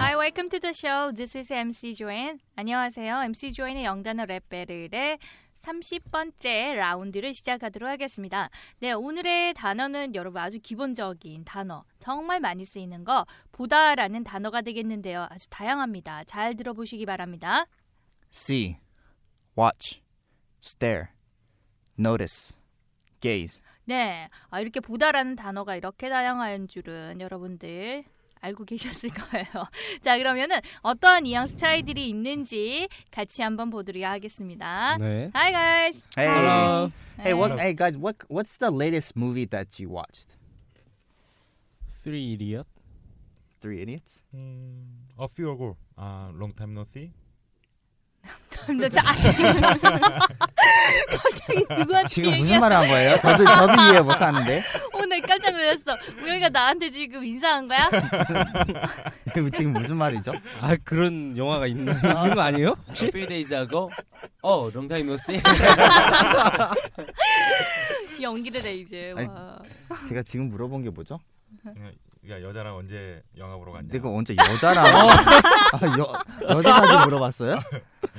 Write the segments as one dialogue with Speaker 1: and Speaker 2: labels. Speaker 1: Hi, welcome to the show. This is MC Joanne. 안녕하세요. MC Joanne의 영단어 랩 배틀의 30번째 라운드를 시작하도록 하겠습니다. 네, 오늘의 단어는 여러분 아주 기본적인 단어, 정말 많이 쓰이는 거 보다라는 단어가 되겠는데요. 아주 다양합니다. 잘 들어보시기 바랍니다.
Speaker 2: see, watch, stare, notice, gaze.
Speaker 1: 네, 아, 이렇게 보다라는 단어가 이렇게 다양한 줄은 여러분들 알고 계셨을 거예요. 자, 그러면은 어떠한 뉘앙스 차이들이 있는지 같이 한번 보도록 하겠습니다.
Speaker 3: 네.
Speaker 1: Hi guys.
Speaker 2: Hey,
Speaker 3: Hello.
Speaker 2: hey, what? Hey, guys, what? What's the latest movie that you watched?
Speaker 3: Three Idiot.
Speaker 2: Three Idiots.
Speaker 4: 음, a few ago. 아, long time no see.
Speaker 1: 너 진짜 아 진짜. 갑자기 누구한테
Speaker 2: 아, 지금
Speaker 1: 얘기야?
Speaker 2: 무슨 말을 한 거예요? 저도 저도 이해 못하는데
Speaker 1: 오늘 깜짝 놀랐어. 우영이가 나한테 지금 인사한 거야?
Speaker 2: 지금 무슨 말이죠?
Speaker 3: 아 그런 영화가 있나 있는 거 아니에요?
Speaker 5: A few days ago. Oh, long time no see.
Speaker 1: 연기를 해 이제.
Speaker 2: 아니,
Speaker 1: 와.
Speaker 2: 제가 지금 물어본 게 뭐죠?
Speaker 4: 야, 그러니까 여자랑 언제 영화 보러 갔냐?
Speaker 2: 내가 언제 여자랑 아, 여 여자한테 물어봤어요?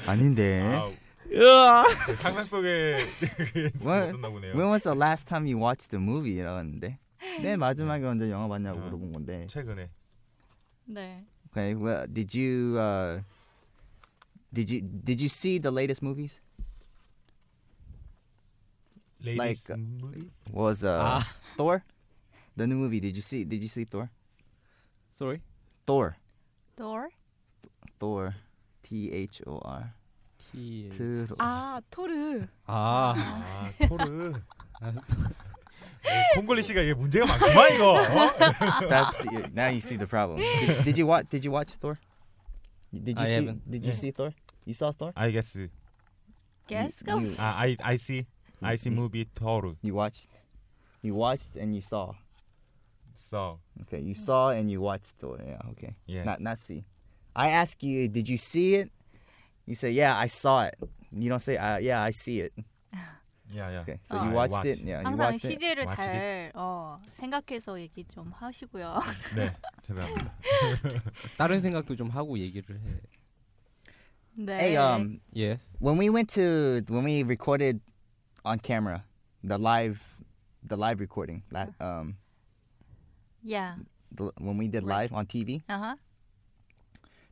Speaker 2: 아닌데.
Speaker 4: 아, 제 상상 속에
Speaker 2: 왜-
Speaker 4: 있었나 보네요.
Speaker 2: When was the last time you watched the movie? 이러는데 내 마지막에 언제 영화 봤냐고
Speaker 4: 네. 아.
Speaker 2: 물어본 건데.
Speaker 4: 최근에
Speaker 1: 네.
Speaker 2: Okay, well, did you uh, did you did you see the latest movies?
Speaker 4: Ladies
Speaker 2: Like,
Speaker 4: movie?
Speaker 2: Was uh,
Speaker 4: 아.
Speaker 3: Ah.
Speaker 2: Thor the new movie? Did you see? Did you see Thor?
Speaker 3: Sorry.
Speaker 2: Thor,
Speaker 1: Door.
Speaker 2: Thor, T H O R.
Speaker 3: T.
Speaker 2: Thor.
Speaker 6: 아 토르
Speaker 3: 아.
Speaker 4: 아, 토르. 어, 콩글리 씨가 이게 문제가 많구만 이거. 어?
Speaker 2: That's now you see the problem. Did, did you watch? Did you watch Thor? Did you
Speaker 5: I
Speaker 2: see?
Speaker 5: haven't.
Speaker 2: Did you
Speaker 4: Yeah.
Speaker 2: see Thor? You saw Thor?
Speaker 4: I guess.
Speaker 1: Guess
Speaker 2: You,
Speaker 1: go.
Speaker 2: you,
Speaker 4: 아, I I see. I see
Speaker 2: 이-
Speaker 4: movie 토르.
Speaker 2: you watched. You watched and you saw.
Speaker 4: So,
Speaker 2: Okay, you saw and you watched Thor. Yeah. Okay.
Speaker 4: yeah.
Speaker 2: Not not see. I ask you, did you see it? You say, yeah, I saw it. You don't say, I, yeah, I see it.
Speaker 4: yeah, yeah.
Speaker 2: Okay, so
Speaker 1: Oh.
Speaker 2: you
Speaker 4: I
Speaker 2: watched
Speaker 4: watch.
Speaker 2: it. Yeah, you
Speaker 1: 항상
Speaker 2: watched it.
Speaker 1: CJ를
Speaker 4: Watch
Speaker 1: 잘 어, 생각해서 얘기 좀 하시고요.
Speaker 4: 네. 죄송합니다.
Speaker 3: 다른 생각도 좀 하고 얘기를 해.
Speaker 1: 네.
Speaker 2: Hey, um,
Speaker 3: Yes.
Speaker 2: when we went to when we recorded on camera, the live, the live recording, la- um,
Speaker 1: Yeah.
Speaker 2: the, when we did
Speaker 1: Right.
Speaker 2: live on TV,
Speaker 1: Uh-huh.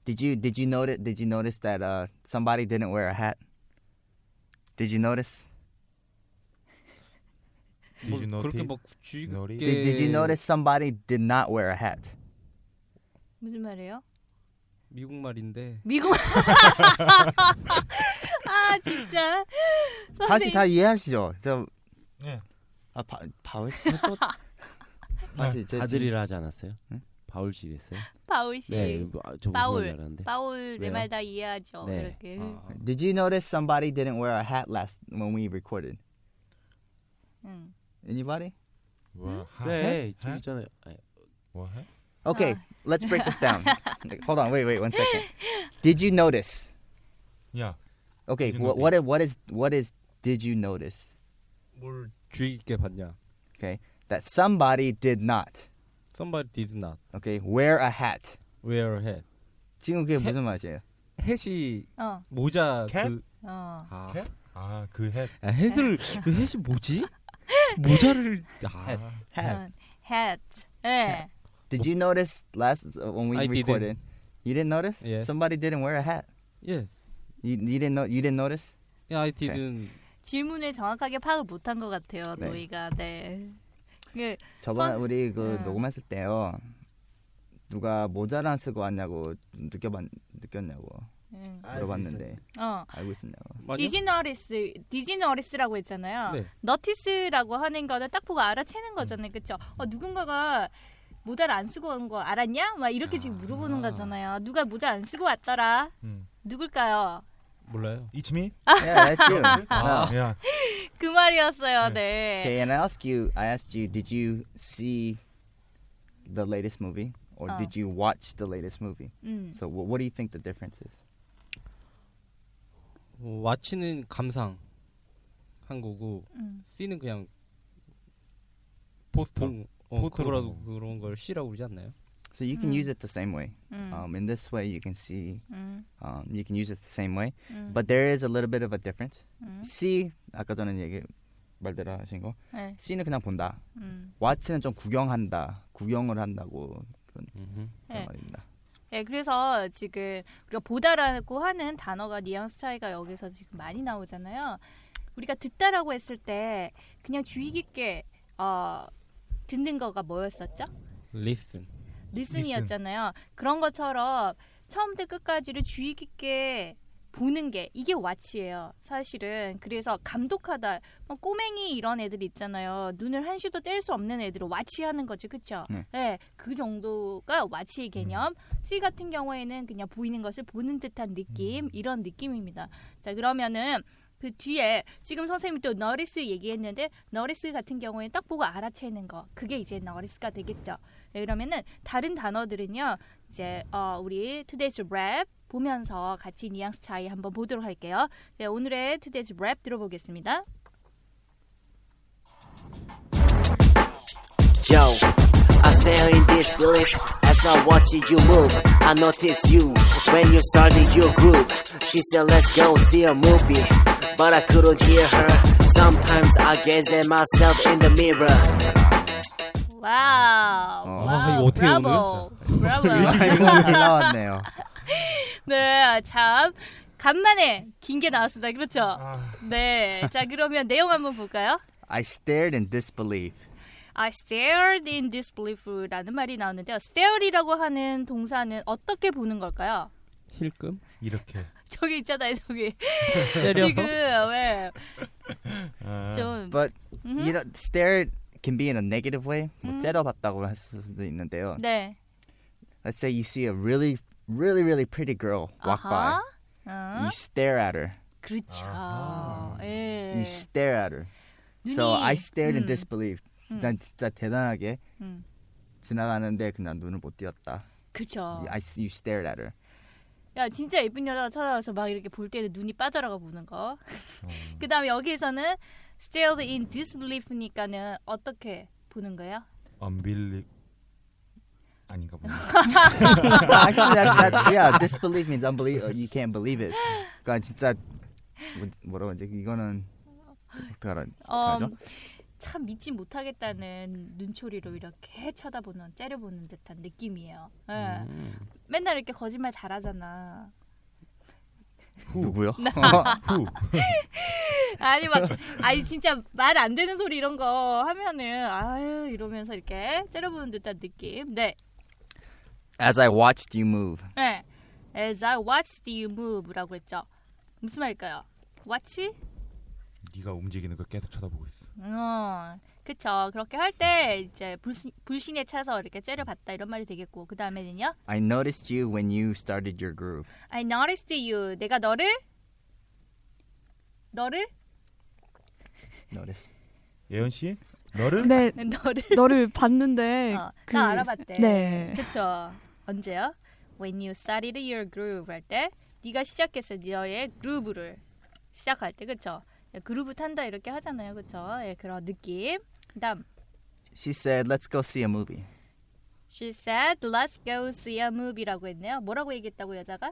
Speaker 2: did you did you notice did you notice that uh somebody didn't wear a hat? Did you notice?
Speaker 4: Did you
Speaker 3: 뭐 그렇게
Speaker 4: notice?
Speaker 3: 막 굳이
Speaker 4: Notice?
Speaker 2: Did, did you notice somebody did not wear a hat?
Speaker 1: 무슨 말이에요?
Speaker 3: 미국 말인데.
Speaker 1: 미국. 아 진짜.
Speaker 2: 다시 다 이해하시죠? 저
Speaker 4: 예.
Speaker 2: 아, 바, 바울 또 다시 제
Speaker 5: 바들이라 하지 않았어요?
Speaker 2: 응?
Speaker 5: 바울실 했어요?
Speaker 1: 바울 씨.
Speaker 5: 네, 뭐, 아, 저 무슨
Speaker 1: 바울.
Speaker 5: 말알았는데
Speaker 1: 바울의
Speaker 5: 왜요?
Speaker 1: 말 다 이해하죠.
Speaker 5: 네.
Speaker 1: 이렇게.
Speaker 3: 아.
Speaker 2: Did you notice somebody didn't wear a hat last when we recorded?
Speaker 1: 응.
Speaker 2: Anybody?
Speaker 4: 와, 하.
Speaker 5: 네,
Speaker 4: 하?
Speaker 5: 저 있잖아요. 아,
Speaker 4: 와, 하?
Speaker 2: Okay, let's break this down. Like, Hold on, wait, wait, one second. Did you notice?
Speaker 4: 야,
Speaker 2: Okay,
Speaker 4: Did you
Speaker 2: what what is, what is what is did you notice
Speaker 3: 뭘 주의 깊게 봤냐?
Speaker 2: that somebody did not?
Speaker 3: Somebody did not
Speaker 2: Okay, wear a hat.
Speaker 3: wear a hat.
Speaker 2: 지금 그게 무슨 말이에요?
Speaker 3: 햇이
Speaker 1: 어.
Speaker 3: 모자
Speaker 4: 캣?
Speaker 3: 그
Speaker 1: 어.
Speaker 3: 아.
Speaker 4: 캣? 아, 그 햇.
Speaker 3: 아, 햇을 그 햇이 뭐지? 모자를 아.
Speaker 2: Hat.
Speaker 1: hat. 예.
Speaker 2: Did you notice last uh, when we
Speaker 3: I didn't.
Speaker 2: recorded? You didn't notice?
Speaker 3: Yes.
Speaker 2: Somebody didn't wear a hat.
Speaker 3: 예.
Speaker 2: You, you didn't know. You didn't notice.
Speaker 3: 예, I didn't.
Speaker 1: 질문을 정확하게 파악을 못한 것 같아요.
Speaker 2: 네.
Speaker 1: 노이가 네. 그
Speaker 2: 저번 에
Speaker 1: 선-
Speaker 2: 우리 그
Speaker 1: 음.
Speaker 2: 녹음했을 때요. 누가 모자를 안 쓰고 왔냐고 느껴봤 느꼈냐고
Speaker 1: 음,
Speaker 2: 물어봤는데
Speaker 1: 어.
Speaker 2: 알고 있었냐고.
Speaker 3: 아니요?
Speaker 1: 디지너리스 디지너리스라고 했잖아요.
Speaker 3: 네.
Speaker 1: 너티스라고 하는 거는 딱 보고 알아채는 거잖아요. 그렇죠? 어, 누군가가 모자를 안 쓰고 온 거 알았냐? 막 이렇게 지금 물어보는 거잖아요. 누가 모자 안 쓰고 왔더라.
Speaker 4: 음.
Speaker 1: 누굴까요?
Speaker 3: 몰라요.
Speaker 4: It's me.
Speaker 2: Yeah, that's you.
Speaker 4: 아, yeah.
Speaker 1: 그 말이었어요. 네.
Speaker 4: 네.
Speaker 2: Okay, and I asked you, I asked you, did you see the latest movie or
Speaker 1: Oh.
Speaker 2: did you watch the latest movie?
Speaker 1: 음.
Speaker 2: So, wh- what do you think the difference is?
Speaker 3: 어, 와치는 감상 한 거고
Speaker 1: 음.
Speaker 3: C는 그냥
Speaker 4: 포스터.
Speaker 3: 본 어,
Speaker 4: 포토로
Speaker 3: 그거라도
Speaker 4: 보고.
Speaker 3: 그런 걸 C라고 그러지 않나요?
Speaker 2: So you can
Speaker 1: Mm.
Speaker 2: use it the same way.
Speaker 1: 음.
Speaker 2: Um, in this way, you can see,
Speaker 1: 음.
Speaker 2: um, you can use it the same way,
Speaker 1: 음.
Speaker 2: but there is a little bit of a difference.
Speaker 1: 음.
Speaker 2: See, 아까 전에 얘기 말대로 하신 거,
Speaker 1: 네.
Speaker 2: see는 그냥 본다.
Speaker 1: 음.
Speaker 2: watch는 좀 구경한다, 구경을 한다고 그런
Speaker 5: 음흠.
Speaker 1: 네.
Speaker 2: 말입니다.
Speaker 1: 예, 그래서 지금 우리가 보다라고 하는 단어가 뉘앙스 차이가 여기서 지금 많이 나오잖아요. 우리가 듣다라고 했을 때 그냥 주의 깊게 어, 듣는 거가 뭐였었죠?
Speaker 3: Listen.
Speaker 1: 리슨이었잖아요. 그런 것처럼 처음부터 끝까지를 주의 깊게 보는 게 이게 왓치예요. 사실은 그래서 감독하다 뭐 꼬맹이 이런 애들 있잖아요. 눈을 한시도 뗄 수 없는 애들을 왓치하는 거지, 그렇죠?
Speaker 2: 네.
Speaker 1: 네, 그 정도가 왓치의 개념. C 같은 경우에는 그냥 보이는 것을 보는 듯한 느낌 이런 느낌입니다. 자 그러면은 그 뒤에 지금 선생님이 또 너리스 얘기했는데 너리스 같은 경우에 딱 보고 알아채는 거 그게 이제 너리스가 되겠죠. 네, 그러면은 다른 단어들은요 이제 어, 우리 Today's Rap 보면서 같이 뉘앙스 차이 한번 보도록 할게요. 네, 오늘의 Today's Rap 들어보겠습니다.
Speaker 7: Yo, I stare in disbelief as I watch you move. I notice you when you started your group. She said, Let's go see a movie, but I couldn't hear her. Sometimes I gaze at myself in the mirror.
Speaker 1: 와우,
Speaker 2: 어.
Speaker 3: 아, 이거 어떻게
Speaker 1: 브라보, 브라보.
Speaker 2: 타이밍이 나왔네요.
Speaker 1: 네, 참 간만에 긴 게 나왔습니다. 그렇죠?
Speaker 4: 아,
Speaker 1: 네, 자 그러면 내용 한번 볼까요?
Speaker 2: I stared in disbelief.
Speaker 1: I stared in disbelief라는 말이 나오는데요. stare이라고 하는 동사는 어떻게 보는 걸까요?
Speaker 3: 힐끔?
Speaker 4: 이렇게.
Speaker 1: 저기 있잖아요, 저기 지금
Speaker 3: 때려서?
Speaker 1: 왜좀
Speaker 4: 아,
Speaker 2: But
Speaker 1: 음?
Speaker 2: you know, stare can be in a negative way. 뭐
Speaker 1: 음.
Speaker 2: 째려봤다고 할 수도 있는데요.
Speaker 1: 네.
Speaker 2: Let's say you see a really, really, really pretty girl walk
Speaker 1: 아하.
Speaker 2: by.
Speaker 1: 어?
Speaker 2: You stare at her.
Speaker 1: 그렇죠.
Speaker 4: 아하.
Speaker 1: 예.
Speaker 2: You stare at her.
Speaker 1: 눈이
Speaker 2: So I stared in
Speaker 1: 음,
Speaker 2: disbelief.
Speaker 1: 음.
Speaker 2: 난 진짜 대단하게
Speaker 1: 음.
Speaker 2: 지나가는데 그냥 눈을 못 띄었다.
Speaker 1: 그렇죠.
Speaker 2: I you stared at her.
Speaker 1: 야 진짜 예쁜 여자가 찾아와서 막 이렇게 볼 때는 눈이 빠져나가 보는 거.
Speaker 4: 어.
Speaker 1: 그다음에 여기에서는 stared in disbelief니까는 어떻게 보는 거예요?
Speaker 4: unbelief. 아닌가 보네.
Speaker 2: Well, actually, that, that's yeah. Disbelief means unbelief. uh, You can't believe it. 그러니까 진짜 뭐, 뭐라고 이제 이거는 어떡하라
Speaker 1: 어,
Speaker 2: 어떡하죠?
Speaker 1: 참 믿지 못하겠다는 눈초리로 이렇게 쳐다보는 째려보는 듯한 느낌이에요. 예. 맨날 이렇게 거짓말 잘하잖아.
Speaker 2: 누구요?
Speaker 4: Who?
Speaker 1: 아니 막 아니 진짜 말 안 되는 소리 이런 거 하면은 아유 이러면서 이렇게 째려보는 듯한 느낌. 네.
Speaker 2: As I watched you move.
Speaker 1: 네. As I watched you move라고 했죠. 무슨 말일까요? Watch?
Speaker 4: 네가 움직이는 걸 계속 쳐다보고 있어.
Speaker 1: 어, 그쵸. 그렇게 할 때 이제 불신, 불신에 차서 이렇게 째려봤다 이런 말이 되겠고 그 다음에는요.
Speaker 2: I noticed you when you started your groove.
Speaker 1: I noticed you. 내가 너를 너를
Speaker 2: Notice.
Speaker 4: 예은 씨, 너를
Speaker 8: 네,
Speaker 1: 너를
Speaker 8: 너를 봤는데
Speaker 1: 어,
Speaker 8: 그-
Speaker 1: 나 알아봤대.
Speaker 8: 네.
Speaker 1: 그쵸. 언제요? When you started your groove 할 때 네가 시작했어 너의 그루브를 시작할 때 그쵸. 예, 그루브 탄다 이렇게 하잖아요 그쵸. 예, 그런 느낌. 그다음
Speaker 2: She said, "Let's go see a movie."
Speaker 1: She said, "Let's go see a movie라고 했네요. 뭐라고 얘기했다고 여자가?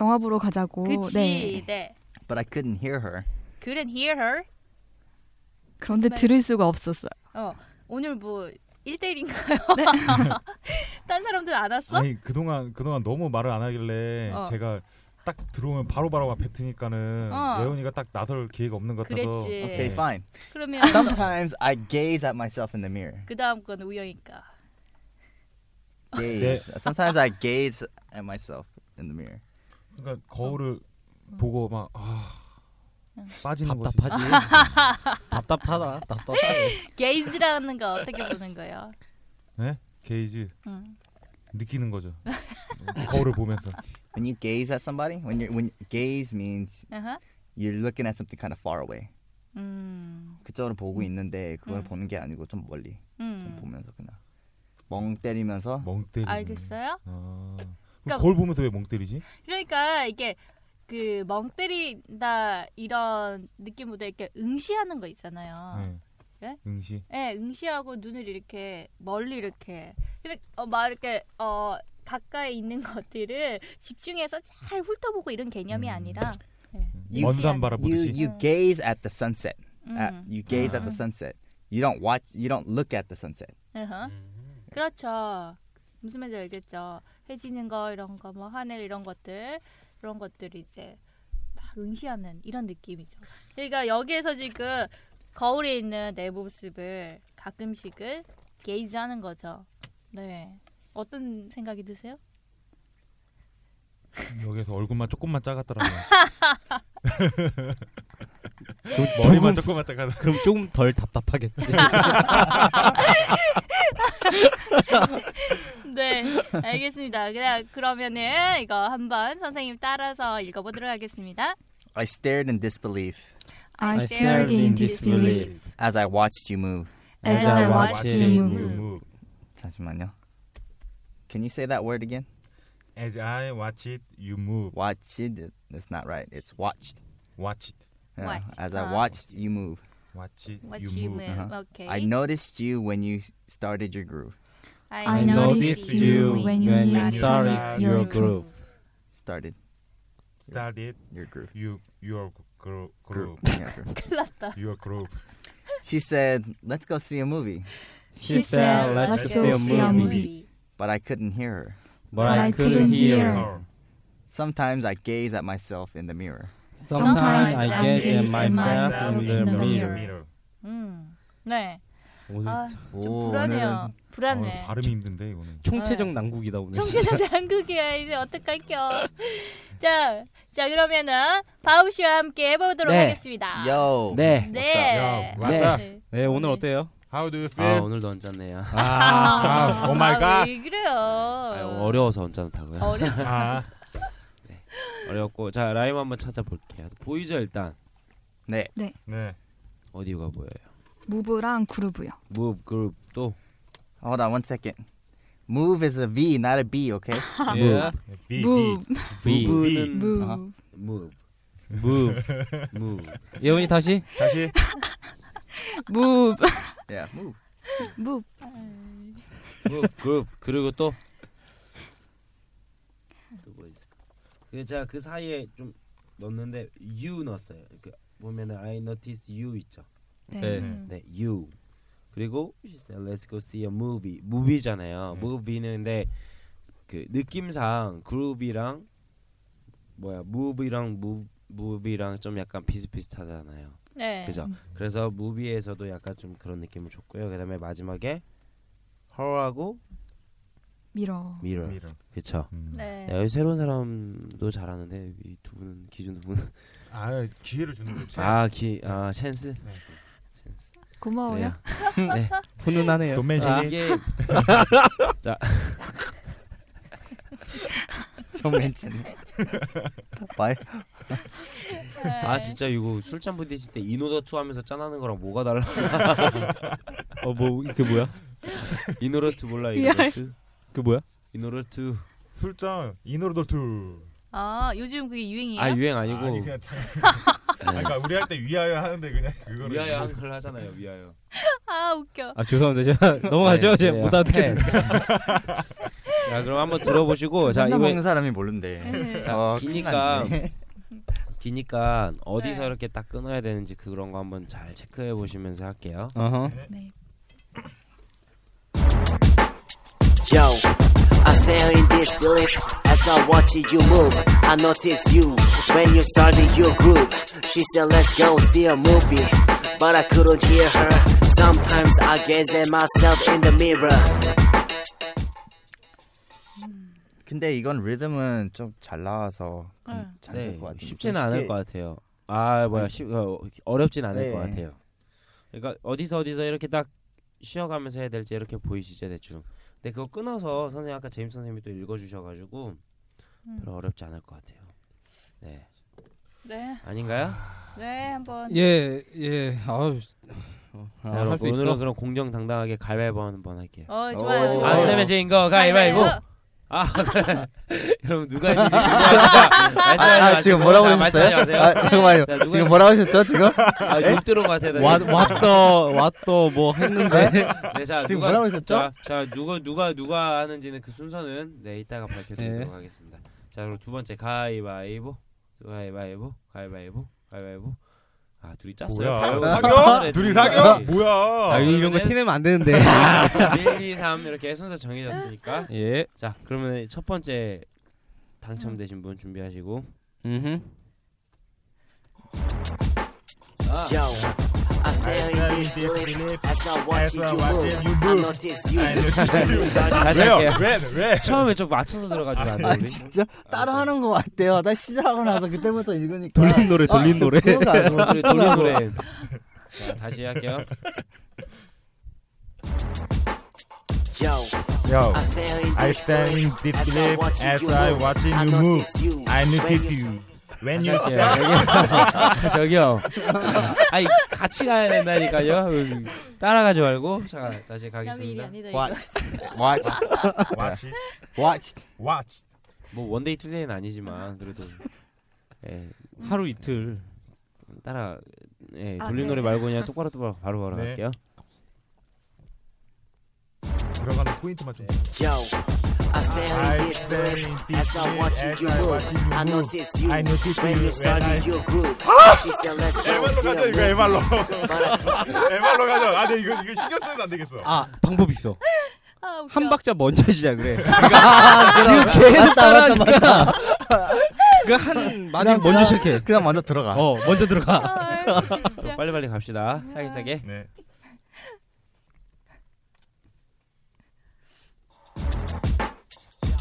Speaker 8: 영화 보러 가자고.
Speaker 1: 그치.
Speaker 8: 네.
Speaker 1: 네.
Speaker 2: But I couldn't hear her.
Speaker 1: Couldn't hear her.
Speaker 8: 그런데 들을 수가 없었어요.
Speaker 1: 어 오늘 뭐 1대1인가요? 딴 사람들 안 왔어?
Speaker 4: 네. 아니 그동안 그동안 너무 말을 안 하길래
Speaker 1: 어.
Speaker 4: 제가 딱 들어오면 바로바로 막 뱉으니까는
Speaker 1: 어.
Speaker 4: 예원이가 딱 나설 기회가 없는 것 같아서
Speaker 1: 그랬지.
Speaker 2: Okay, fine.
Speaker 1: 그러면
Speaker 4: 아,
Speaker 2: Sometimes I gaze at myself in the mirror.
Speaker 1: 그 다음 건 우영이니까.
Speaker 2: Gaze. Sometimes I gaze at myself in the mirror.
Speaker 4: 그러니까 거울을
Speaker 1: 어.
Speaker 4: 보고 막 아, 빠지는 거지.
Speaker 9: 답답하지. 답답하다. 답답하다.
Speaker 1: 게이즈라는 거 어떻게 보는 거예요?
Speaker 4: 네? 게이지
Speaker 1: 음.
Speaker 4: 느끼는 거죠. 네, 거울을 보면서
Speaker 2: When you gaze at somebody, when you when gaze means
Speaker 1: 아하.
Speaker 2: you're looking at something kind of far away.
Speaker 1: 음.
Speaker 2: 그쪽으로 보고 있는데 그걸
Speaker 1: 음.
Speaker 2: 보는 게 아니고 좀 멀리 좀
Speaker 1: 음.
Speaker 2: 보면서 그냥 멍 때리면서
Speaker 4: 멍 때리는.
Speaker 1: 알겠어요?
Speaker 4: 아. 그럼
Speaker 1: 그러니까-
Speaker 4: 거울 보면서 왜 멍 때리지?
Speaker 1: 그러니까 이게 그 멍 때린다 이런 느낌보다 이렇게 응시하는 거 있잖아요.
Speaker 4: 네.
Speaker 1: 예?
Speaker 4: 응시.
Speaker 1: 예, 응시하고 눈을 이렇게 멀리 이렇게 이렇게 어, 막 이렇게 어 가까이 있는 것들을 집중해서 잘 훑어보고 이런 개념이
Speaker 4: 음.
Speaker 1: 아니라
Speaker 2: You-
Speaker 4: 먼산
Speaker 2: you
Speaker 4: 바라보듯이.
Speaker 2: you gaze at the sunset.
Speaker 1: 음.
Speaker 2: At, you gaze at the sunset. You don't watch. You don't look at the sunset.
Speaker 1: 어허. 그렇죠. 무슨 말인지 알겠죠. 해지는 거 이런 거 뭐 하늘 이런 것들 그런 것들이 이제 막 응시하는 이런 느낌이죠. 그러니까 여기에서 지금 거울에 있는 내 모습을 가끔씩은 게이지하는 거죠. 네. 어떤 생각이 드세요?
Speaker 4: 여기서 얼굴만 조금만 작았더라고요.
Speaker 3: 좀
Speaker 4: 머리만
Speaker 3: 조금,
Speaker 4: 조금만 작았다.
Speaker 3: 그럼 조금 덜 답답하겠지.
Speaker 1: 네, 알겠습니다. 그냥 그러면은 이거 한번 선생님 따라서 읽어보도록 하겠습니다.
Speaker 2: I stared in disbelief
Speaker 6: I
Speaker 1: stared
Speaker 6: stared in disbelief
Speaker 2: as I watched you move.
Speaker 6: as I watched 아,
Speaker 4: 네,
Speaker 6: you move.
Speaker 2: 잠시만요. Can you say that word again?
Speaker 4: As I watch it, you move.
Speaker 2: Watched. it- It's not right. It's watched.
Speaker 4: Watch it.
Speaker 2: Yeah,
Speaker 1: Watched,
Speaker 2: As I
Speaker 1: 아.
Speaker 2: watched you move,
Speaker 4: Watch it,
Speaker 1: What
Speaker 4: you
Speaker 1: you
Speaker 4: move.
Speaker 1: move?
Speaker 2: Uh-huh.
Speaker 1: Okay.
Speaker 2: I noticed you when you started your groove.
Speaker 6: I noticed you when you
Speaker 4: started
Speaker 6: your
Speaker 9: groove.
Speaker 2: Started
Speaker 4: Start it,
Speaker 2: your groove.
Speaker 4: you, your gro-
Speaker 2: Groove.
Speaker 4: groove.
Speaker 2: Yeah, groove.
Speaker 4: Your groove.
Speaker 2: She said, "Let's go see a movie,"
Speaker 9: She said, "Let's go see a movie."
Speaker 2: but I couldn't hear her.
Speaker 9: But I couldn't hear.
Speaker 4: Or
Speaker 2: Sometimes I gaze at myself in the mirror.
Speaker 3: Sometimes
Speaker 6: Sometimes
Speaker 3: I
Speaker 6: I
Speaker 3: get
Speaker 6: gaze
Speaker 3: in
Speaker 6: at
Speaker 3: myself in the mirror.
Speaker 1: 음, 네.
Speaker 3: 오늘
Speaker 1: 아, 좀
Speaker 2: 오,
Speaker 1: 불안해요.
Speaker 2: 오늘은-
Speaker 1: 불안해.
Speaker 4: 어, 발음이 힘든데 이거는.
Speaker 3: 총체적 난국이다 오늘.
Speaker 1: 정신은 한국이야 이제 어떡할게요. 자, 자 그러면은 바우 씨와 함께 해보도록
Speaker 9: 네.
Speaker 1: 하겠습니다.
Speaker 2: Yo.
Speaker 9: 네.
Speaker 1: 네.
Speaker 4: Yo, what's up?
Speaker 1: 네.
Speaker 3: 네 오늘 어때요?
Speaker 4: How do you
Speaker 9: 아
Speaker 4: feel?
Speaker 9: 오늘도 언짢네요.
Speaker 4: 아, 아, 오 마이
Speaker 1: 아,
Speaker 4: 갓.
Speaker 1: 왜 그래요?
Speaker 9: 아, 어려워서 언짢다고요.
Speaker 1: 어려.
Speaker 4: 아,
Speaker 9: 어렵고 자 라임 한번 찾아볼게요. 보이죠 일단
Speaker 2: 네.
Speaker 4: 네.
Speaker 9: 어디가 보여요?
Speaker 6: 무브랑 그루브요.
Speaker 9: 무브 그룹 또
Speaker 2: Hold on one second. Move is a V, not a B. Okay.
Speaker 9: 예.
Speaker 4: B,
Speaker 6: 무브,
Speaker 9: V
Speaker 4: 무브는
Speaker 6: 무브.
Speaker 2: 아하.
Speaker 9: 무브 무브 무브
Speaker 3: 예원이 다시
Speaker 4: 다시
Speaker 6: 무브.
Speaker 2: yeah. Move.
Speaker 6: 무브.
Speaker 9: 무브 그룹 그리고 또또뭐 있어? 그자그 사이에 좀 넣었는데 you 넣었어요. 그 보면은 I notice you 있죠.
Speaker 6: 네.
Speaker 4: 네.
Speaker 1: 음.
Speaker 9: 네, you. 그리고 she said, let's go see a movie. movie잖아요.
Speaker 1: 음.
Speaker 4: 네.
Speaker 9: movie는 근데 그 느낌상 groove이랑 뭐야, movie랑 move, movie랑 좀 약간 비슷비슷하잖아요.
Speaker 1: 네.
Speaker 9: 그죠? 그래서 movie에서도 약간 좀 그런 느낌을 줬고요. 그다음에 마지막에 her하고
Speaker 6: 미러.
Speaker 9: mirror.
Speaker 4: 미러.
Speaker 9: 그쵸?
Speaker 4: 음.
Speaker 1: 네.
Speaker 9: 네. 여기 새로운 사람도 잘하는데 이 두 분은 기준 두 분은
Speaker 4: 아, 기회를 주는 거지.
Speaker 9: 아기아 찬스
Speaker 6: 고마워요.
Speaker 9: 네. 네.
Speaker 3: 훈훈하네요.
Speaker 4: 돈 멘션이
Speaker 9: 아, 이게
Speaker 2: Don't mention it. Why?
Speaker 1: 네.
Speaker 9: 아 진짜 이거 술잔 부딪힐 때 인오더투 하면서 짠하는 거랑 뭐가 달라?
Speaker 3: 어뭐 그 뭐야?
Speaker 9: 인오더투 몰라 인오더투?
Speaker 3: 그 뭐야?
Speaker 9: 인오더투
Speaker 4: 아, 술장 이노르돌투.
Speaker 1: 아 요즘 그게 유행이에요?
Speaker 9: 아 유행 아니고
Speaker 4: 아니 그냥 참. 아, 그러니까 우리 할 때 위하여 하는데 그냥 그거를. 뭐
Speaker 9: 위하여 한글 하잖아요 위하여
Speaker 1: 아, 웃겨.
Speaker 3: 아 죄송합니다. 제가 넘어가죠. 제가 못 알아듣겠네.
Speaker 9: 자 그럼 한번 들어보시고 자
Speaker 2: 맨날
Speaker 9: 이거
Speaker 2: 먹는 사람이 모른대.
Speaker 9: 자,
Speaker 2: 어, 큰일
Speaker 9: 기니까
Speaker 2: 났네.
Speaker 9: 기니까 어디서
Speaker 1: 네.
Speaker 9: 이렇게 딱 끊어야 되는지
Speaker 2: Uh-huh.
Speaker 9: 그런 거 한번 잘 체크해 보시면서 할게요.
Speaker 3: 어허.
Speaker 6: 네.
Speaker 7: Yo, I stare in disbelief as I watch you move. I notice you when you started your group. She said, Let's go see a movie, but I couldn't hear her. Sometimes I gaze at myself in the mirror.
Speaker 2: 근데 이건 리듬은 좀 잘 나와서
Speaker 1: 네.
Speaker 2: 잘될것 같아요.
Speaker 9: 쉽지는 않을 것 같아요. 아 뭐야 쉽, 어, 어렵진 않을
Speaker 2: 네.
Speaker 9: 것 같아요. 그러니까 어디서 어디서 이렇게 딱 쉬어가면서 해야 될지 이렇게 보이시죠 대충. 근데 그거 끊어서 선생님 아까 제임 선생님이 또 읽어주셔가지고
Speaker 1: 음.
Speaker 9: 별로 어렵지 않을 것 같아요. 네
Speaker 1: 네,
Speaker 9: 아닌가요?
Speaker 1: 네 한번.
Speaker 3: 예, 예. 아우.
Speaker 9: 자,
Speaker 3: 아,
Speaker 9: 네, 여러분
Speaker 3: 할수 있어?
Speaker 9: 오늘은 그럼 공정 당당하게 가위바위보 한번 할게요.
Speaker 1: 어 좋아요.
Speaker 2: 오.
Speaker 1: 좋아요. 네.
Speaker 9: 안 되면 제인 거 네. 가위바위보.
Speaker 1: 가위바위보.
Speaker 9: 아 여러분 누가 했는지
Speaker 1: 네.
Speaker 9: 궁금하니까
Speaker 2: 아,
Speaker 9: 말씀하지
Speaker 2: 아,
Speaker 9: 마시고
Speaker 2: 지금 뭐라고
Speaker 9: 자,
Speaker 2: 하셨어요?
Speaker 9: 말씀하지 마세요.
Speaker 2: 아, 잠깐만요.
Speaker 9: 자, 누가-
Speaker 2: 지금 뭐라고 하셨죠? 지금?
Speaker 9: 아, 욕 들은 것 같아요. 나
Speaker 3: 왔,
Speaker 9: 지금.
Speaker 3: 왔더, 왔더 뭐 했는데.
Speaker 9: 네, 자,
Speaker 2: 지금
Speaker 9: 누가-
Speaker 2: 뭐라고 하셨죠?
Speaker 9: 자, 자, 누가 누가 누가 하는지는 그 순서는 네 이따가 밝혀드리도록
Speaker 3: 네.
Speaker 9: 하겠습니다. 자, 그럼 두 번째 가위바위보, 가위바위보, 가위바위보, 가위바위보. 아, 둘이 짰어요.
Speaker 4: 뭐야?
Speaker 9: 바로
Speaker 4: 사겨?
Speaker 9: 네,
Speaker 4: 둘이 사겨?
Speaker 3: 아,
Speaker 4: 뭐야?
Speaker 3: 이런 거 티내면 안 되는데.
Speaker 9: 1, 2, 3 이렇게 순서 정해졌으니까.
Speaker 3: 예.
Speaker 9: 자, 그러면 첫 번째 당첨되신 분 준비하시고.
Speaker 3: 음.
Speaker 9: 아,
Speaker 7: Yo, I stare in disbelief as I watch you move. I notice you when you started
Speaker 9: 다시
Speaker 4: 왜요?
Speaker 9: 할게요.
Speaker 4: 왜? 왜?
Speaker 9: 처음에 좀 맞춰서 들어가지면 안
Speaker 2: 아
Speaker 9: 돼, 우리?
Speaker 2: 진짜 따로 하는 것 같대요. 나 시작하고 나서 그때부터 읽으니까
Speaker 3: 돌린 노래, 돌린 노래.
Speaker 2: 그런 거 아니고
Speaker 9: 우리 돌린 노래. 자, 다시 할게요.
Speaker 7: Yo,
Speaker 4: 야,
Speaker 7: I stare in
Speaker 4: I stare in
Speaker 7: disbelief
Speaker 4: deep
Speaker 7: as I
Speaker 4: sleep
Speaker 7: watch
Speaker 4: as
Speaker 7: you
Speaker 4: I
Speaker 7: move.
Speaker 4: watching
Speaker 7: I
Speaker 4: you move.
Speaker 7: notice you
Speaker 4: I
Speaker 7: when
Speaker 4: notice
Speaker 7: you
Speaker 4: you when
Speaker 9: 다시
Speaker 4: you
Speaker 9: 할게요. 여기- 저기요. 아니 같이 가야 된다니까요. 음, 따라가지 말고 자
Speaker 1: 남이 일이
Speaker 9: 다시 가겠습니다.
Speaker 1: 아니다 네. 이거.
Speaker 2: Watched, watched,
Speaker 4: watch it,
Speaker 2: watched.
Speaker 4: watch. it.
Speaker 9: 뭐 원데이 투데이는 아니지만 그래도 예, 하루 이틀 따라 예,
Speaker 8: 아,
Speaker 9: 돌림
Speaker 8: 네.
Speaker 9: 노래 말고 그냥 똑바로 똑바로 바로 바로
Speaker 4: 네.
Speaker 9: 할게요.
Speaker 4: 들어가는 포인트만 좀.
Speaker 7: Yo, I stare in
Speaker 4: I stare in
Speaker 7: disbelief
Speaker 4: deep
Speaker 7: as I
Speaker 4: sleep
Speaker 7: watch
Speaker 4: as
Speaker 7: you
Speaker 4: I
Speaker 7: move.
Speaker 4: watching you
Speaker 7: I
Speaker 4: move.
Speaker 7: notice you
Speaker 4: I notice
Speaker 7: when
Speaker 4: you
Speaker 7: you
Speaker 4: when I- Ah!
Speaker 7: started your group. She said, Let's go
Speaker 4: 에말로
Speaker 7: see
Speaker 4: 가자
Speaker 7: a
Speaker 4: 이거 에말로.
Speaker 7: movie. But I
Speaker 4: 에말로 가자. 아근 이거 이거 신경 쓰면 안 되겠어.
Speaker 3: 아, 방법 있어.
Speaker 1: 아, 웃겨.
Speaker 3: 한 박자 먼저 시작을 해.
Speaker 2: 지금 계속 따라하니까
Speaker 3: 그한 마디 먼저 시작해.
Speaker 2: 그냥 먼저 들어가.
Speaker 3: 어, 먼저 들어가.
Speaker 1: 아, 진짜.
Speaker 9: 빨리 빨리 갑시다. 싸게 싸게.
Speaker 4: 네.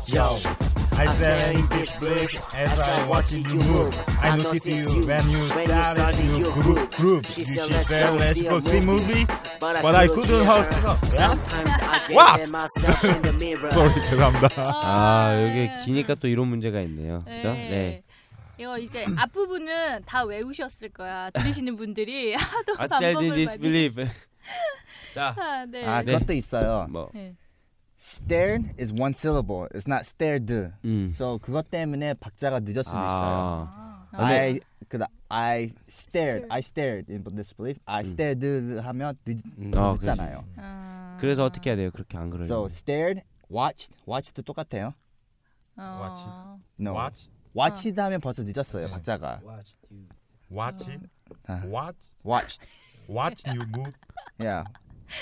Speaker 7: Yo,
Speaker 4: I stare
Speaker 7: I stare
Speaker 4: in
Speaker 7: in
Speaker 4: this
Speaker 7: disbelief
Speaker 4: break as I watching you move. I notice you when you started your group. group. She said, let's go see movie.
Speaker 7: but I,
Speaker 4: But I
Speaker 7: couldn't
Speaker 4: couldn't
Speaker 7: hear
Speaker 4: help
Speaker 7: her.
Speaker 4: it.
Speaker 7: Sometimes I gaze
Speaker 4: Wow.
Speaker 7: at myself in the mirror.
Speaker 4: Sorry Oh, 죄송합니다.
Speaker 9: 아 여기
Speaker 1: 네.
Speaker 9: 기니까 또 이런 문제가 있네요. 그죠? 네.
Speaker 1: 네. 이거 이제 앞부분은 다 외우셨을 거야. 들으시는 분들이 하도
Speaker 9: I 아, still
Speaker 1: 반복을
Speaker 9: in
Speaker 1: 많이.
Speaker 9: disbelief. 자,
Speaker 1: 아, 네.
Speaker 2: 아,
Speaker 9: 네.
Speaker 2: 그것도 있어요.
Speaker 9: 뭐
Speaker 2: Stared is one syllable. It's not stared.
Speaker 9: 음.
Speaker 2: So 그것 때문에 박자가 늦을 수도 있어요.
Speaker 1: 아.
Speaker 9: 아,
Speaker 2: I
Speaker 3: 네.
Speaker 9: 근데-
Speaker 2: 그 I stared, I stared in disbelief. I
Speaker 9: 음.
Speaker 2: stared 하면 늦,
Speaker 9: 음, 아, 그래서-
Speaker 2: 늦잖아요.
Speaker 1: 아.
Speaker 9: 그래서 어떻게 해야 돼요? 그렇게 안 그러려면.
Speaker 3: 네.
Speaker 2: So stared, watched, watched도 똑같아요.
Speaker 1: 어.
Speaker 4: 왔지.
Speaker 2: No.
Speaker 4: Watch,
Speaker 2: watched 하면 벌써 늦었어요. 박자가.
Speaker 5: Watched you.
Speaker 4: watch it,
Speaker 2: 아.
Speaker 4: watch,
Speaker 2: watched.
Speaker 4: watch you move,
Speaker 2: Yeah.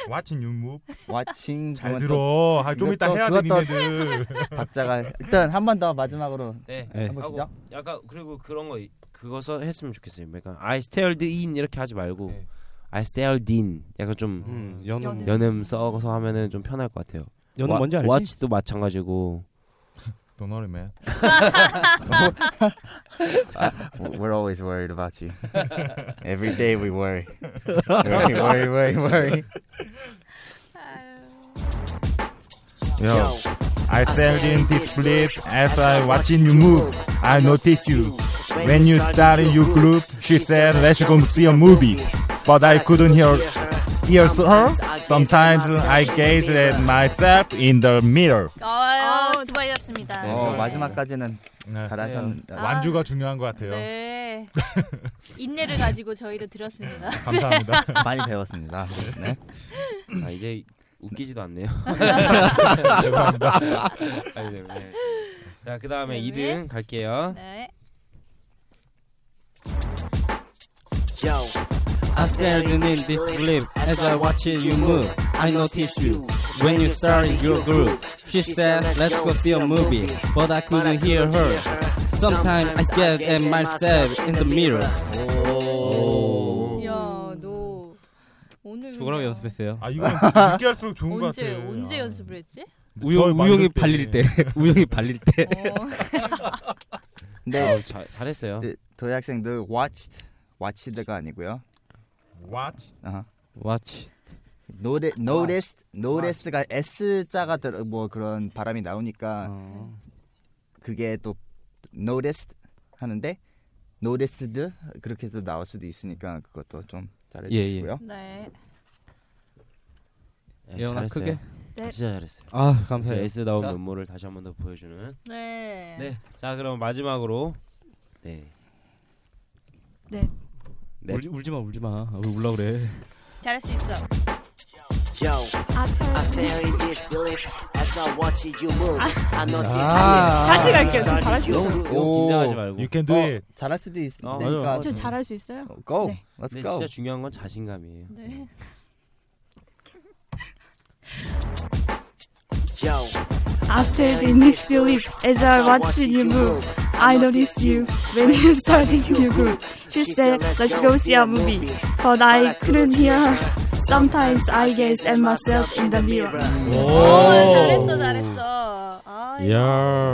Speaker 4: watching you move.
Speaker 2: watching
Speaker 4: 잘
Speaker 2: 그건 또
Speaker 4: 들어. 아, 좀
Speaker 2: 이거
Speaker 4: 이따
Speaker 2: 또
Speaker 4: 해야 돼
Speaker 2: 그것도-
Speaker 4: 니네들.
Speaker 2: 박자가 일단 한 번 더 마지막으로
Speaker 9: 네.
Speaker 3: 네.
Speaker 2: 한 번시죠.
Speaker 9: 하고 약간 그리고 그런 거 이- 그거서 했으면 좋겠어요. 약간 I stared in 이렇게 하지 말고
Speaker 4: 네.
Speaker 9: I stared in 약간 좀
Speaker 3: 음,
Speaker 8: 연음.
Speaker 3: 연음.
Speaker 9: 연음 써서 하면은 좀 편할 것 같아요.
Speaker 3: 연음
Speaker 9: 와-
Speaker 3: 뭔지 알지?
Speaker 9: watch도 마찬가지고
Speaker 4: Don't worry, man.
Speaker 2: We're always worried about you. Every day we worry. worry, worry, worry, worry.
Speaker 4: Yo, I stared in disbelief as I watching you move. I noticed you. When you started your group, she said, let's go see a movie. But I couldn't hear, hear her. Sometimes I gaze at myself in the mirror.
Speaker 1: 아유, 어, 수고하셨습니다.
Speaker 9: 네,
Speaker 2: 어, 마지막까지는 잘하셨는데.
Speaker 1: 아,
Speaker 4: 네. 완주가 중요한 것 같아요.
Speaker 1: 네. 인내를 가지고 저희를 들었습니다.
Speaker 4: 감사합니다.
Speaker 2: 많이 배웠습니다. 네.
Speaker 9: 아 이제 웃기지도 않네요. 죄송합니다. 아니, 네, 네. 자, 그다음에
Speaker 1: 네.
Speaker 9: 2등 갈게요.
Speaker 1: 네.
Speaker 7: Yo,
Speaker 9: I stared in disbelief as I watching you move.
Speaker 7: I noticed you when you started your group. She said, let's go see a movie, but I couldn't hear her. Sometimes I get at myself in the mirror.
Speaker 1: 야, 너 오늘
Speaker 3: 죽으라고 연습했어요.
Speaker 4: 아 이거 늦게 할수록 좋은 것
Speaker 1: 언제
Speaker 4: 같아요.
Speaker 1: 언제 연습을 했지?
Speaker 3: 우영
Speaker 4: 저희
Speaker 3: 우영이
Speaker 4: 만들 때.
Speaker 3: 발릴 때 우영이 발릴 때.
Speaker 1: 어,
Speaker 2: 네.
Speaker 9: 아우, 잘- 잘했어요.
Speaker 2: 네, 저희 학생들 watched watched가 아니고요. 어.
Speaker 4: Watch.
Speaker 2: 아하.
Speaker 3: Watch.
Speaker 2: 노래 noticed noticed가 s자가 들어 뭐 그런 바람이 나오니까 그게 또 noticed 하는데 noticed 그렇게 해서 나올 수도 있으니까 그것도 좀 잘해
Speaker 3: 예, 예.
Speaker 2: 주시고요.
Speaker 1: 네.
Speaker 9: 예,
Speaker 3: 예원아,
Speaker 9: 잘했어요.
Speaker 3: 크게.
Speaker 1: 네.
Speaker 9: 진짜 잘했어요.
Speaker 3: 아
Speaker 4: 예.
Speaker 3: 감사해요.
Speaker 9: 에스 나온
Speaker 3: 자.
Speaker 9: 면모를 다시 한 번 더 보여주는.
Speaker 1: 네.
Speaker 9: 네. 자 그럼 마지막으로 네. 네.
Speaker 3: 울지, 울지 마 울지 마. 왜 울라 그래.
Speaker 1: 잘할 수 있어.
Speaker 7: Yo, I stare in disbelief as I watch you move. I notice you.
Speaker 8: 다시 갈게요. 좀 잘할 수
Speaker 7: Your
Speaker 8: 있어요.
Speaker 7: group.
Speaker 9: 너무 긴장하지 말고.
Speaker 4: You can do
Speaker 2: 어,
Speaker 4: it.
Speaker 2: 잘할 수도 있으니까
Speaker 9: 네. 어, 맞아, 맞아.
Speaker 8: 좀 잘할 수 있어요?
Speaker 2: go.
Speaker 8: 네.
Speaker 2: Let's
Speaker 9: 근데
Speaker 2: go.
Speaker 9: 진짜 중요한 건 자신감이에요.
Speaker 1: 네.
Speaker 7: Yo,
Speaker 8: I stared in disbelief as I watched you move. I noticed you when you started your group. She said, let's go see a movie. But I couldn't hear her. Sometimes I gaze at myself in the mirror.
Speaker 1: 오, 잘했어, 잘했어. 아,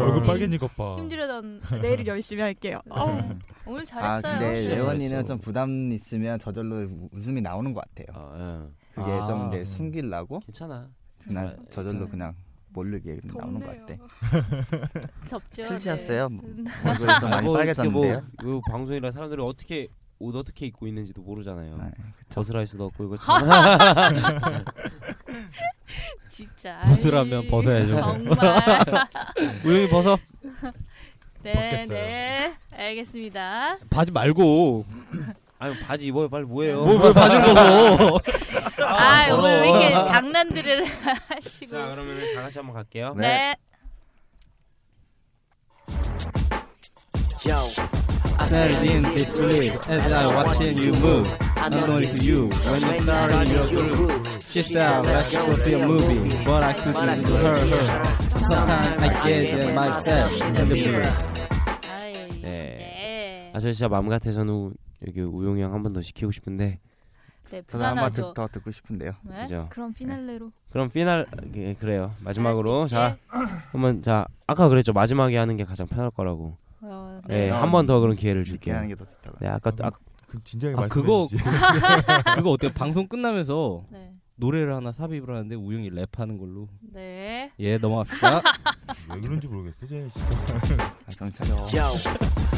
Speaker 4: 얼굴 빨개진 것 봐.
Speaker 1: 힘들어던.
Speaker 8: 내일 열심히 할게요. 어,
Speaker 1: 네. 오늘
Speaker 2: 아
Speaker 1: 잘했어요.
Speaker 2: 근데
Speaker 9: 역시.
Speaker 2: 예원이는
Speaker 9: 잘했어.
Speaker 2: 좀 부담 있으면 저절로 우- 웃음이 나오는 것 같아요.
Speaker 9: 아, 예.
Speaker 2: 그게
Speaker 3: 아.
Speaker 2: 좀 이제 숨기려고
Speaker 9: 괜찮아.
Speaker 2: 그냥
Speaker 9: 잘-
Speaker 2: 저절로
Speaker 9: 괜찮아요.
Speaker 2: 그냥 모르게 나오는 것 같아.
Speaker 1: 접죠.
Speaker 2: 술취했어요? 뭐
Speaker 1: 네. 음,
Speaker 2: 얼굴이 좀 많이
Speaker 9: 뭐 이렇게
Speaker 2: 빨개졌는데요.
Speaker 9: 뭐, 뭐 방송이라 사람들이 어떻게 옷 어떻게 입고 있는지도 모르잖아요.
Speaker 2: 네,
Speaker 9: 버스라일 수도 없고 이거 참.
Speaker 1: 네. 진짜.
Speaker 3: 벗으라면
Speaker 1: 아이,
Speaker 3: 벗어야죠.
Speaker 1: 정말.
Speaker 3: 우영이 벗어.
Speaker 1: 네,
Speaker 4: 벗겠어요.
Speaker 1: 네. 알겠습니다.
Speaker 3: 바지 말고.
Speaker 9: 아유 바지 입어요 빨리 뭐예요?
Speaker 3: 뭘뭘 바지 벗어.
Speaker 1: 아, 오늘 왜 이렇게 장난들을 하시고.
Speaker 9: 자 그러면 다 같이 한번 갈게요.
Speaker 1: 네.
Speaker 7: yo. I stare in disbelief as I watching you move. I notice you when you start your group. She said, let's go see a movie, but I couldn't hear her. Sometimes I gaze at myself in the mirror.
Speaker 1: 아이,
Speaker 2: 네.
Speaker 1: 네.
Speaker 9: 아저 진짜 마음 같아서는 우- 여기 우용이 형 한 번 더 시키고 싶은데
Speaker 1: 네,
Speaker 2: 저도 한번 듣-
Speaker 1: 불안하죠.
Speaker 2: 더 듣고 싶은데요.
Speaker 1: 네?
Speaker 9: 그죠?
Speaker 8: 그럼 피날레로.
Speaker 9: 그럼 피날 예, 그래요 마지막으로
Speaker 1: 할수 있지?
Speaker 9: 자 한번 자 아까 그랬죠 마지막에 하는 게 가장 편할 거라고.
Speaker 1: 어, 네.
Speaker 9: 네, 한 번 더 그런 기회를
Speaker 2: 이렇게
Speaker 9: 줄게요.
Speaker 2: 하는 게 더 좋다고.
Speaker 9: 네 아까 또 아,
Speaker 4: 그 진지하게
Speaker 3: 아,
Speaker 4: 말씀해
Speaker 3: 그거-
Speaker 4: 주시지.
Speaker 3: 그거 어때요? 방송 끝나면서
Speaker 1: 네.
Speaker 3: 노래를 하나 삽입을 하는데 우영이 랩하는 걸로.
Speaker 1: 네.
Speaker 3: 예 넘어갑시다.
Speaker 4: 왜 그런지 모르겠어. 쟤 진짜.
Speaker 2: 아, 정차려.
Speaker 7: Yo,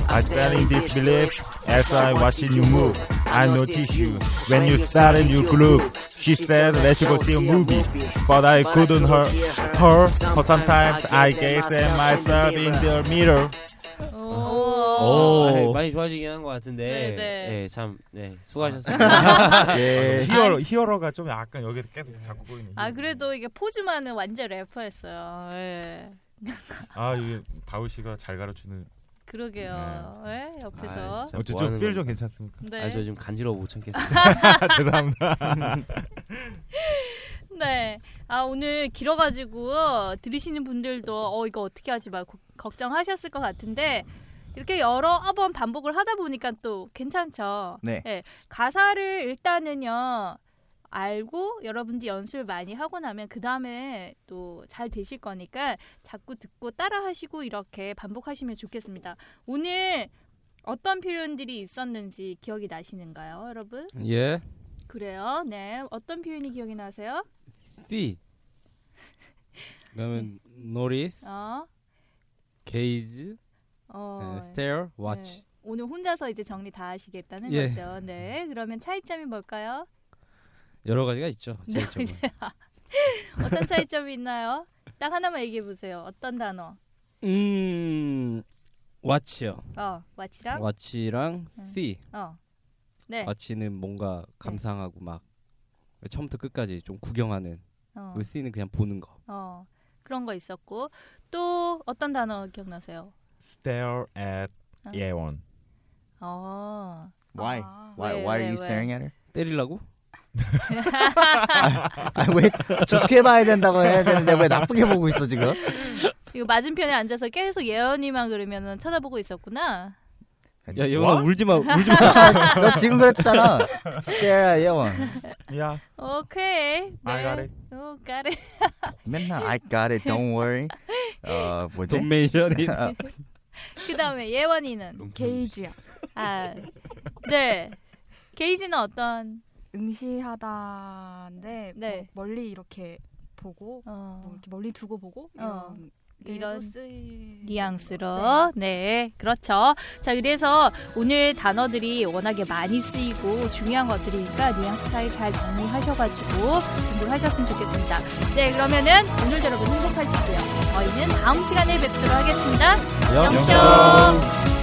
Speaker 4: I stand in disbelief as I watching you move. I notice you when you started your group. She said, "Let's go see a movie," but I couldn't hear her. For sometimes I gaze at myself in the mirror.
Speaker 1: 오.
Speaker 3: 오.
Speaker 9: 아, 많이 좋아지긴 한 것 같은데
Speaker 1: 네, 네.
Speaker 9: 예, 참 네, 수고하셨습니다.
Speaker 2: 예.
Speaker 4: 히어로 히어로가 좀 약간 여기서 계속 자꾸 보이네.
Speaker 1: 아 그래도 이게 포즈만은 완전 래퍼였어요. 예.
Speaker 4: 아 이게 바울 씨가 잘 가르치는.
Speaker 1: 그러게요. 예, 옆에서.
Speaker 9: 아, 진짜
Speaker 4: 어째
Speaker 9: 뭐 하는
Speaker 4: 좀필좀
Speaker 9: 건가.
Speaker 4: 괜찮습니까?
Speaker 1: 네.
Speaker 9: 아, 저 지금 간지러워 못 참겠어요.
Speaker 4: 죄송합니다.
Speaker 1: 네. 아 오늘 길어가지고 들으시는 분들도 어 이거 어떻게 하지 말고 걱정하셨을 것 같은데 이렇게 여러 번 반복을 하다 보니까 또 괜찮죠.
Speaker 2: 네.
Speaker 1: 예. 가사를 일단은요 알고 여러분들이 연습을 많이 하고 나면 그 다음에 또 잘 되실 거니까 자꾸 듣고 따라하시고 이렇게 반복하시면 좋겠습니다. 오늘 어떤 표현들이 있었는지 기억이 나시는가요, 여러분?
Speaker 3: 예.
Speaker 1: 그래요. 네. 어떤 표현이 기억이 나세요?
Speaker 3: C. 그러면 notice,
Speaker 1: 어,
Speaker 3: gaze,
Speaker 1: 어.
Speaker 3: 네, stare, watch.
Speaker 1: 네. 오늘 혼자서 이제 정리 다 하시겠다는
Speaker 3: 예.
Speaker 1: 거죠. 네. 그러면 차이점이 뭘까요?
Speaker 3: 여러 가지가 있죠.
Speaker 1: 네.
Speaker 3: 제일 좋은 건.
Speaker 1: 어떤 차이점이 있나요? 딱 하나만 얘기해 보세요. 어떤 단어?
Speaker 3: 음, watch요.
Speaker 1: 어, 왓이랑
Speaker 3: watch랑
Speaker 1: 음.
Speaker 3: see.
Speaker 1: 어. 네.
Speaker 3: watch는 뭔가 감상하고 막 처음부터 끝까지 좀 구경하는.
Speaker 1: 어.
Speaker 3: 그리고 see는 그냥 보는 거.
Speaker 1: 어. 그런 거 있었고 또 어떤 단어 기억나세요?
Speaker 4: Stare at
Speaker 1: 아.
Speaker 4: 예원.
Speaker 1: 어.
Speaker 2: Why?
Speaker 8: 아,
Speaker 2: Why?
Speaker 1: 왜,
Speaker 2: Why are
Speaker 1: 왜,
Speaker 2: you
Speaker 1: 왜?
Speaker 2: staring at her?
Speaker 3: 때리려고?
Speaker 2: 아왜 좋게 봐야 된다고 해야 되는데 왜 나쁘게 보고 있어 지금?
Speaker 1: 이거 맞은편에 앉아서 계속 예언이만 그러면은 쳐다보고 있었구나.
Speaker 3: 야
Speaker 2: 뭐?
Speaker 3: 예원아 울지 마 울지 마.
Speaker 2: 너 지금 그랬잖아. 스테라 예원.
Speaker 1: 네.
Speaker 4: 야
Speaker 1: 오케이. 네.
Speaker 2: I got it.
Speaker 1: 오, got it.
Speaker 2: 맨날 I got it, don't worry. 어 뭐지?
Speaker 3: Don't mention it.
Speaker 1: 그다음에 예원이는
Speaker 10: 게이지야.
Speaker 1: 아 네. 게이지는 어떤
Speaker 10: 응시하다인데
Speaker 1: 네.
Speaker 10: 뭐 멀리 이렇게 보고 뭐 이렇게 멀리 두고 보고
Speaker 1: 어.
Speaker 10: 이런
Speaker 1: 이런
Speaker 10: 이런 쓰이
Speaker 1: 뉘앙스로 네 그렇죠 자 그래서 오늘 단어들이 워낙에 많이 쓰이고 중요한 것들이니까 뉘앙스 차이 잘 정리하셔가지고 공부하셨으면 좋겠습니다 네 그러면은 오늘 여러분 행복하시고요 저희는 다음 시간에 뵙도록 하겠습니다
Speaker 4: 영쇼.
Speaker 1: 영쇼